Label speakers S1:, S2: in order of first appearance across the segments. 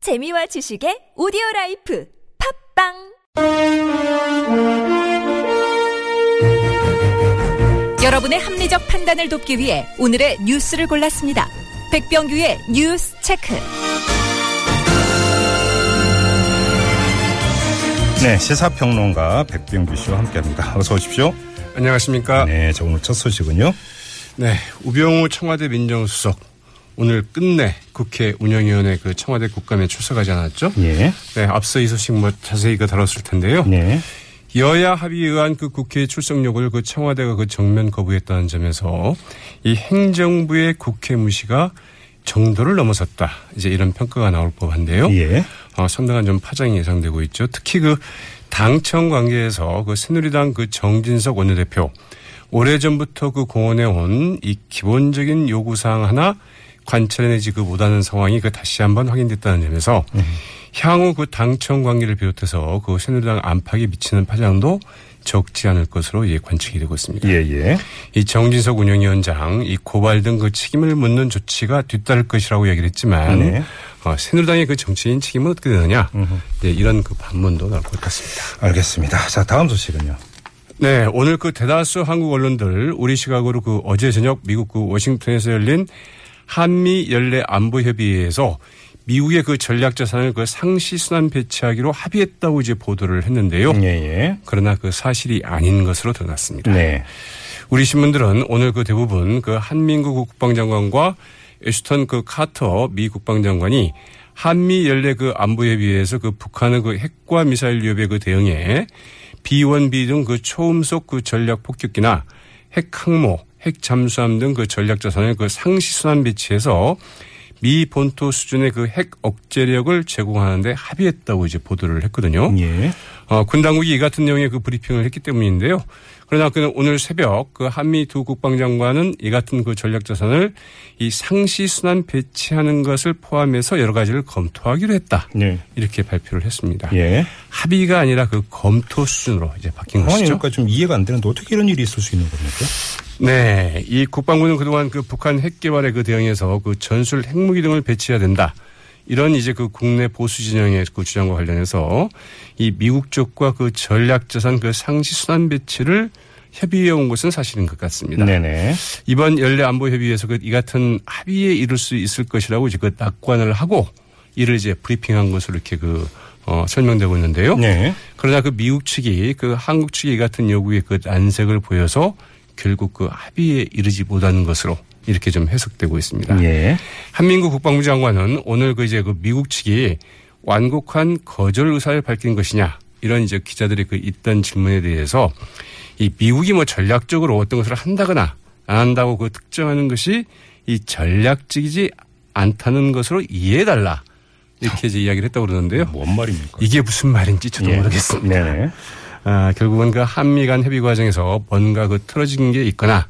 S1: 재미와 지식의 오디오 라이프 팝빵 여러분의 합리적 판단을 돕기 위해 오늘의 뉴스를 골랐습니다. 백병규의 뉴스 체크.
S2: 네, 시사평론가 백병규 씨와 함께합니다. 어서 오십시오.
S3: 안녕하십니까. 네.
S2: 네, 자 오늘 첫 소식은요.
S3: 우병우 청와대 민정수석. 오늘 끝내 국회 운영위원회 그 청와대 국감에 출석하지 않았죠?
S2: 예,
S3: 네. 앞서 이 소식 뭐 자세히 그 다뤘을 텐데요.
S2: 네,
S3: 여야 합의에 의한 그 국회 출석 요구를 그 청와대가 그 정면 거부했다는 점에서 이 행정부의 국회 무시가 정도를 넘어섰다. 이제 이런 평가가 나올 법한데요.
S2: 예,
S3: 어, 상당한 좀 파장이 예상되고 있죠. 특히 그 당청 관계에서 그 새누리당 그 정진석 원내대표 오래전부터 그 공언해 온 이 기본적인 요구사항 하나 관찰해내지 그 못하는 상황이 그 다시 한번 확인됐다는 점에서 향후 그 당청 관계를 비롯해서 그 새누리당 안팎에 미치는 파장도 적지 않을 것으로 예 관측이 되고 있습니다.
S2: 예, 예.
S3: 이 정진석 운영위원장 이 고발 등 그 책임을 묻는 조치가 뒤따를 것이라고 얘기를 했지만
S2: 네.
S3: 어, 새누리당의 그 정치인 책임은 어떻게 되느냐 네, 이런 그 반문도 나올 것 같습니다.
S2: 알겠습니다. 자 다음 소식은요.
S3: 네, 오늘 그 대다수 한국 언론들 우리 시각으로 그 어제 저녁 미국 그 워싱턴에서 열린 한미 연례 안보 협의회에서 미국의 그 전략 자산을 그 상시 순환 배치하기로 합의했다고 이제 보도를 했는데요.
S2: 예, 예.
S3: 그러나 그 사실이 아닌 것으로 드러났습니다.
S2: 네,
S3: 우리 신문들은 오늘 그 대부분 그 한민국 국방장관과 애슈턴 그 카터 미 국방장관이 한미 연례 그 안보협의회에서 그 북한의 그 핵과 미사일 위협에 그 대응에 B1B 등 그 초음속 그 전략 폭격기나 핵 항모, 핵 잠수함 등 그 전략 자산을 그 상시 순환 배치해서 미 본토 수준의 그 핵 억제력을 제공하는데 합의했다고 이제 보도를 했거든요.
S2: 예,
S3: 어, 군 당국이 이 같은 내용의 그 브리핑을 했기 때문인데요. 그러나 그는 오늘 새벽 그 한미 두 국방장관은 이 같은 그 전략 자산을 이 상시 순환 배치하는 것을 포함해서 여러 가지를 검토하기로 했다.
S2: 네.
S3: 이렇게 발표를 했습니다.
S2: 예.
S3: 합의가 아니라 그 검토 수준으로 이제 바뀐
S2: 아니
S3: 것이죠.
S2: 그러니까 좀 이해가 안 되는데 어떻게 이런 일이 있을 수 있는 겁니까?
S3: 네, 이 국방부는 그동안 그 북한 핵 개발에 그 대응해서 그 전술 핵무기 등을 배치해야 된다. 이런 이제 그 국내 보수 진영의 그 주장과 관련해서 이 미국 쪽과 그 전략 자산 그 상시 순환 배치를 협의해 온 것은 사실인 것
S2: 음.
S3: 같습니다.
S2: 네네.
S3: 이번 연례 안보 협의에서 그 이 같은 합의에 이룰 수 있을 것이라고 이제 그 낙관을 하고 이를 이제 브리핑한 것으로 이렇게 그 어, 설명되고 있는데요.
S2: 네.
S3: 그러나 그 미국 측이 그 한국 측이 이 같은 요구에 그 난색을 보여서 결국 그 합의에 이르지 못한 것으로 이렇게 좀 해석되고 있습니다.
S2: 예.
S3: 한민구 국방부 장관은 오늘 그 이제 그 미국 측이 완곡한 거절 의사를 밝힌 것이냐 이런 이제 기자들이 그 있던 질문에 대해서 이 미국이 뭐 전략적으로 어떤 것을 한다거나 안 한다고 그 특정하는 것이 이 전략적이지 않다는 것으로 이해해달라 이렇게 이제 이야기를 했다고 그러는데요.
S2: 뭔 말입니까?
S3: 이게 무슨 말인지 저도 모르겠습니다.
S2: 예. 네네.
S3: 아, 결국은 그 한미 간 협의 과정에서 뭔가 그 틀어진 게 있거나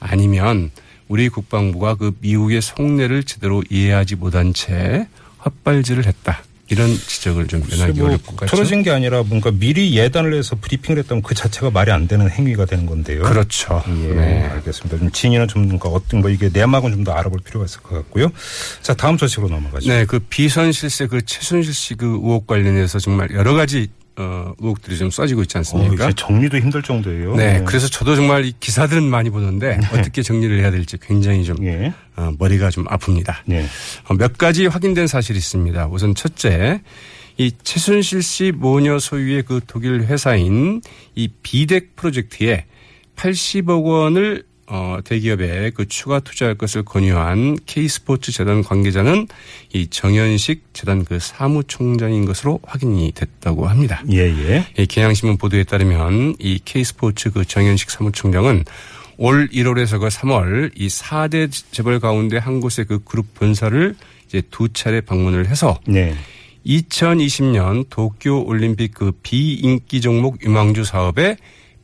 S3: 아니면 우리 국방부가 그 미국의 속내를 제대로 이해하지 못한 채 헛발질을 했다. 아, 이런 지적을 좀 변하기
S2: 뭐
S3: 어렵고 같죠.
S2: 틀어진 게 아니라 뭔가 미리 예단을 해서 브리핑을 했다면 그 자체가 말이 안 되는 행위가 되는 건데요.
S3: 그렇죠.
S2: 예,
S3: 네.
S2: 알겠습니다. 좀 진위는 좀 뭔가 어떤 거 이게 내막은 좀 더 알아볼 필요가 있을 것 같고요. 자, 다음 소식으로 넘어가죠.
S3: 네, 그 비선 실세 그 최순실 씨 그 의혹 관련해서 정말 여러 가지 어, 의혹들이 좀 쏴지고 있지
S2: 어,
S3: 않습니까?
S2: 이제 정리도 힘들 정도예요.
S3: 그러니까? 네, 그래서 저도 정말 이 기사들은 많이 보는데 어떻게 정리를 해야 될지 굉장히 좀
S2: 예.
S3: 어, 머리가 좀 아픕니다.
S2: 네.
S3: 어, 몇 가지 확인된 사실이 있습니다. 우선 첫째, 이 최순실 씨 모녀 소유의 그 독일 회사인 이 비덱 프로젝트에 80억 원을 어, 대기업에 그 추가 투자할 것을 권유한 K스포츠 재단 관계자는 이 정현식 재단 그 사무총장인 것으로 확인이 됐다고 합니다.
S2: 예, 예.
S3: 이 경향신문 보도에 따르면 이 K스포츠 그 정현식 사무총장은 올 1월에서 그 3월 이 4대 재벌 가운데 한 곳의 그 그룹 본사를 이제 두 차례 방문을 해서
S2: 네.
S3: 2020년 도쿄 올림픽 그 비인기 종목 유망주 사업에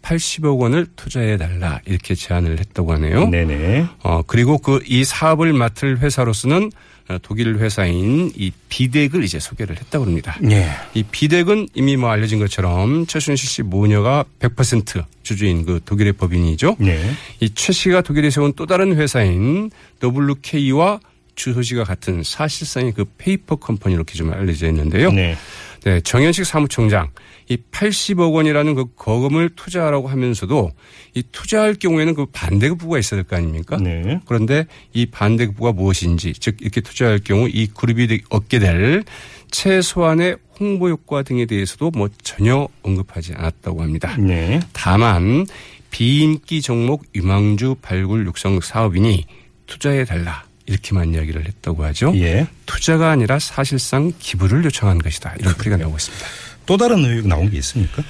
S3: 80억 원을 투자해 달라 이렇게 제안을 했다고 하네요.
S2: 네네.
S3: 어, 그리고 그 이 사업을 맡을 회사로서는 어, 독일 회사인 이 비덱을 이제 소개를 했다고 합니다.
S2: 예.
S3: 이 비덱은 이미 뭐 알려진 것처럼 최순실 씨 모녀가 100% 주주인 그 독일의 법인이죠.
S2: 네.
S3: 이 최 씨가 독일에 세운 또 다른 회사인 WK와 주소지가 같은 사실상의 그 페이퍼 컴퍼니로 이렇게 좀 알려져 있는데요.
S2: 네.
S3: 네, 정현식 사무총장 이 80억 원이라는 그 거금을 투자하라고 하면서도 이 투자할 경우에는 그 반대급부가 있어야 될 거 아닙니까?
S2: 네.
S3: 그런데 이 반대급부가 무엇인지 즉 이렇게 투자할 경우 이 그룹이 되- 얻게 될 최소한의 홍보 효과 등에 대해서도 뭐 전혀 언급하지 않았다고 합니다.
S2: 네.
S3: 다만 비인기 종목 유망주 발굴 육성 사업이니 투자해 달라 이렇게만 이야기를 했다고 하죠.
S2: 예.
S3: 투자가 아니라 사실상 기부를 요청한 것이다. 이런 소리가 나오고 있습니다.
S2: 또 다른 의혹 나온 게 있습니까?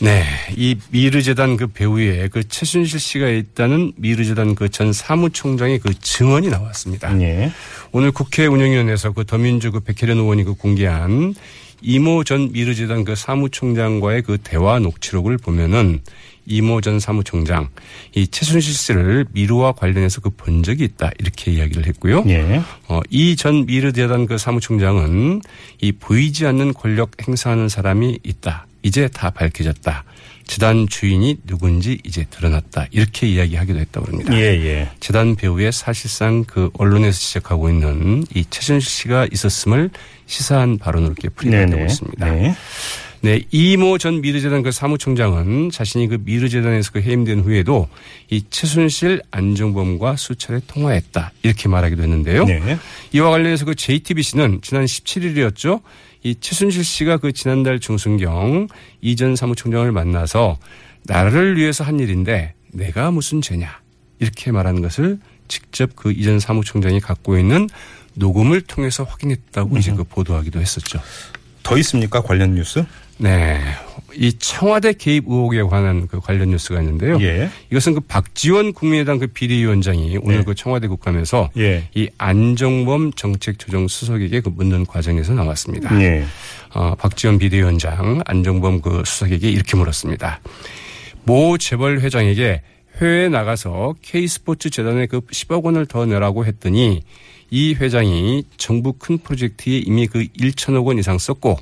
S3: 네. 이 미르재단 그 배우에 그 최순실 씨가 있다는 미르재단 그 전 사무총장의 그 증언이 나왔습니다.
S2: 예.
S3: 오늘 국회 운영위원회에서 그 더민주 그 백혜련 의원이 그 공개한 이모 전 미르재단 그 사무총장과의 그 대화 녹취록을 보면은 이모 전 사무총장 이 최순실 씨를 미루와 관련해서 그 본 적이 있다 이렇게 이야기를 했고요.
S2: 예.
S3: 어, 이 전 미르재단 그 사무총장은 이 보이지 않는 권력 행사하는 사람이 있다. 이제 다 밝혀졌다. 재단 주인이 누군지 이제 드러났다. 이렇게 이야기하기도 했다고 합니다.
S2: 예, 예.
S3: 재단 배우의 사실상 그 언론에서 지적하고 있는 이 최순실 씨가 있었음을 시사한 발언으로 이렇게 풀이되고 있습니다.
S2: 네.
S3: 네, 이모 전 미르재단 그 사무총장은 자신이 그 미르재단에서 그 해임된 후에도 이 최순실 안종범과 수차례 통화했다 이렇게 말하기도 했는데요.
S2: 네.
S3: 이와 관련해서 그 JTBC는 지난 17일이었죠. 이 최순실 씨가 그 지난달 중순경 이전 사무총장을 만나서 나라를 위해서 한 일인데 내가 무슨 죄냐 이렇게 말하는 것을 직접 그 이전 사무총장이 갖고 있는 녹음을 통해서 확인했다고 이제 그 보도하기도 했었죠.
S2: 더 있습니까? 관련 뉴스?
S3: 네. 이 청와대 개입 의혹에 관한 그 관련 뉴스가 있는데요.
S2: 예.
S3: 이것은 그 박지원 국민의당 그 비대위원장이 오늘
S2: 네.
S3: 그 청와대 국감에서
S2: 예.
S3: 이 안정범 정책조정 수석에게 그 묻는 과정에서 나왔습니다.
S2: 예.
S3: 어, 박지원 비대위원장 안정범 그 수석에게 이렇게 물었습니다. 모 재벌 회장에게 해외에 나가서 K스포츠 재단에 그 10억 원을 더 내라고 했더니 이 회장이 정부 큰 프로젝트에 이미 그 1천억 원 이상 썼고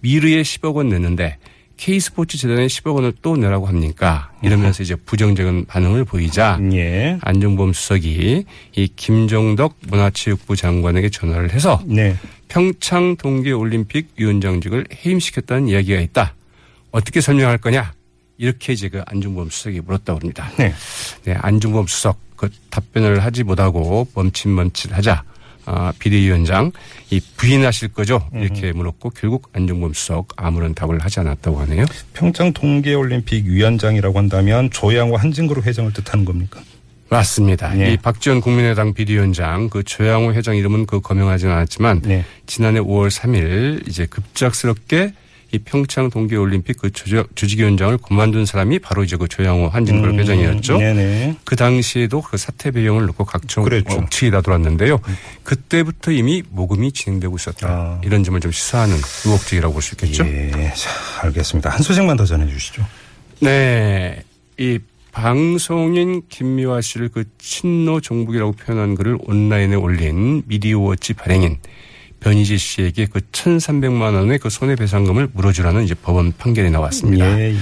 S3: 미르에 10억 원 냈는데 K스포츠 재단에 10억 원을 또 내라고 합니까? 이러면서 이제 부정적인 반응을 보이자
S2: 예.
S3: 안종범 수석이 이 김종덕 문화체육부 장관에게 전화를 해서
S2: 네.
S3: 평창 동계올림픽 위원장직을 해임시켰다는 이야기가 있다. 어떻게 설명할 거냐? 이렇게 제가 안중범 수석이 물었다고 합니다.
S2: 네.
S3: 네, 안중범 수석 그 답변을 하지 못하고 멈칫멈칫하자 아, 비대위원장 이 부인하실 거죠? 이렇게 물었고 결국 안중범 수석 아무런 답을 하지 않았다고 하네요.
S2: 평창 동계올림픽 위원장이라고 한다면 조양호 한진그룹 회장을 뜻하는 겁니까?
S3: 맞습니다.
S2: 네.
S3: 이 박지원 국민의당 비대위원장 그 조양호 회장 이름은 그 거명하지는 않았지만
S2: 네.
S3: 지난해 5월 3일 이제 급작스럽게 이 평창 동계올림픽 그 조직- 조직위원장을 그만둔 사람이 바로 이제 그 조양호 한진걸 회장이었죠.
S2: 음. 네네.
S3: 그 당시에도 그 사퇴 배경을 놓고 각종
S2: 그랬죠. 음.
S3: 억측이 나돌았는데요. 그때부터 이미 모금이 진행되고 있었다.
S2: 아.
S3: 이런 점을 좀 시사하는 의혹적이라고 볼 수 있겠죠.
S2: 예. 자, 알겠습니다. 한 소식만 더 전해 주시죠.
S3: 네. 이 방송인 김미화 씨를 그 친노 종북이라고 표현한 글을 온라인에 올린 미디어워치 발행인 변희재 씨에게 그 1,300만 원의 그 손해배상금을 물어주라는 이제 법원 판결이 나왔습니다.
S2: 예, 예.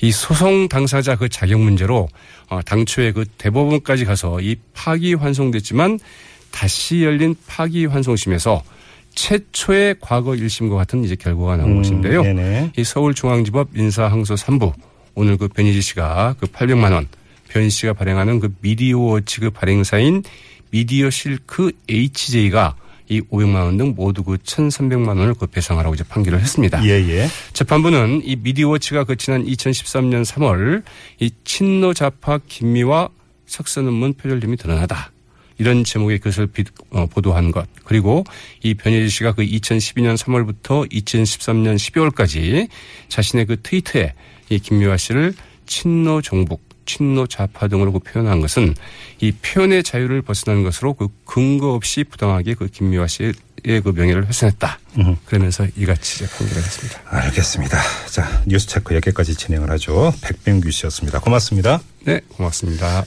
S3: 이 소송 당사자 그 자격 문제로 어, 당초에 그 대법원까지 가서 이 파기환송됐지만 다시 열린 파기환송심에서 최초의 과거 1심과 같은 이제 결과가 나온 것인데요.
S2: 음, 네네.
S3: 이 서울중앙지법 민사항소 3부 오늘 그 변희지 씨가 그 800만 원 변희 씨가 발행하는 그 미디어워치 그 발행사인 미디어 실크 HJ가 이 500만 원 등 모두 그 1,300만 원을 그 배상하라고 이제 판결을 했습니다.
S2: 예, 예.
S3: 재판부는 이 미디어워치가 그 지난 2013년 3월 이 친노 좌파 김미화 석사 논문 표절림이 드러나다. 이런 제목의 것을 비- 어, 보도한 것. 그리고 이 변혜지 씨가 그 2012년 3월부터 2013년 12월까지 자신의 그 트위터에 이 김미화 씨를 친노 종북, 친노 좌파 등으로 그 표현한 것은 이 표현의 자유를 벗어난 것으로 그 근거 없이 부당하게 그 김미화 씨의 그 명예를 훼손했다. 그러면서 이같이 이제 판결을 했습니다.
S2: 알겠습니다. 자, 뉴스 체크 여기까지 진행을 하죠. 백병규 씨였습니다. 고맙습니다.
S3: 네, 고맙습니다.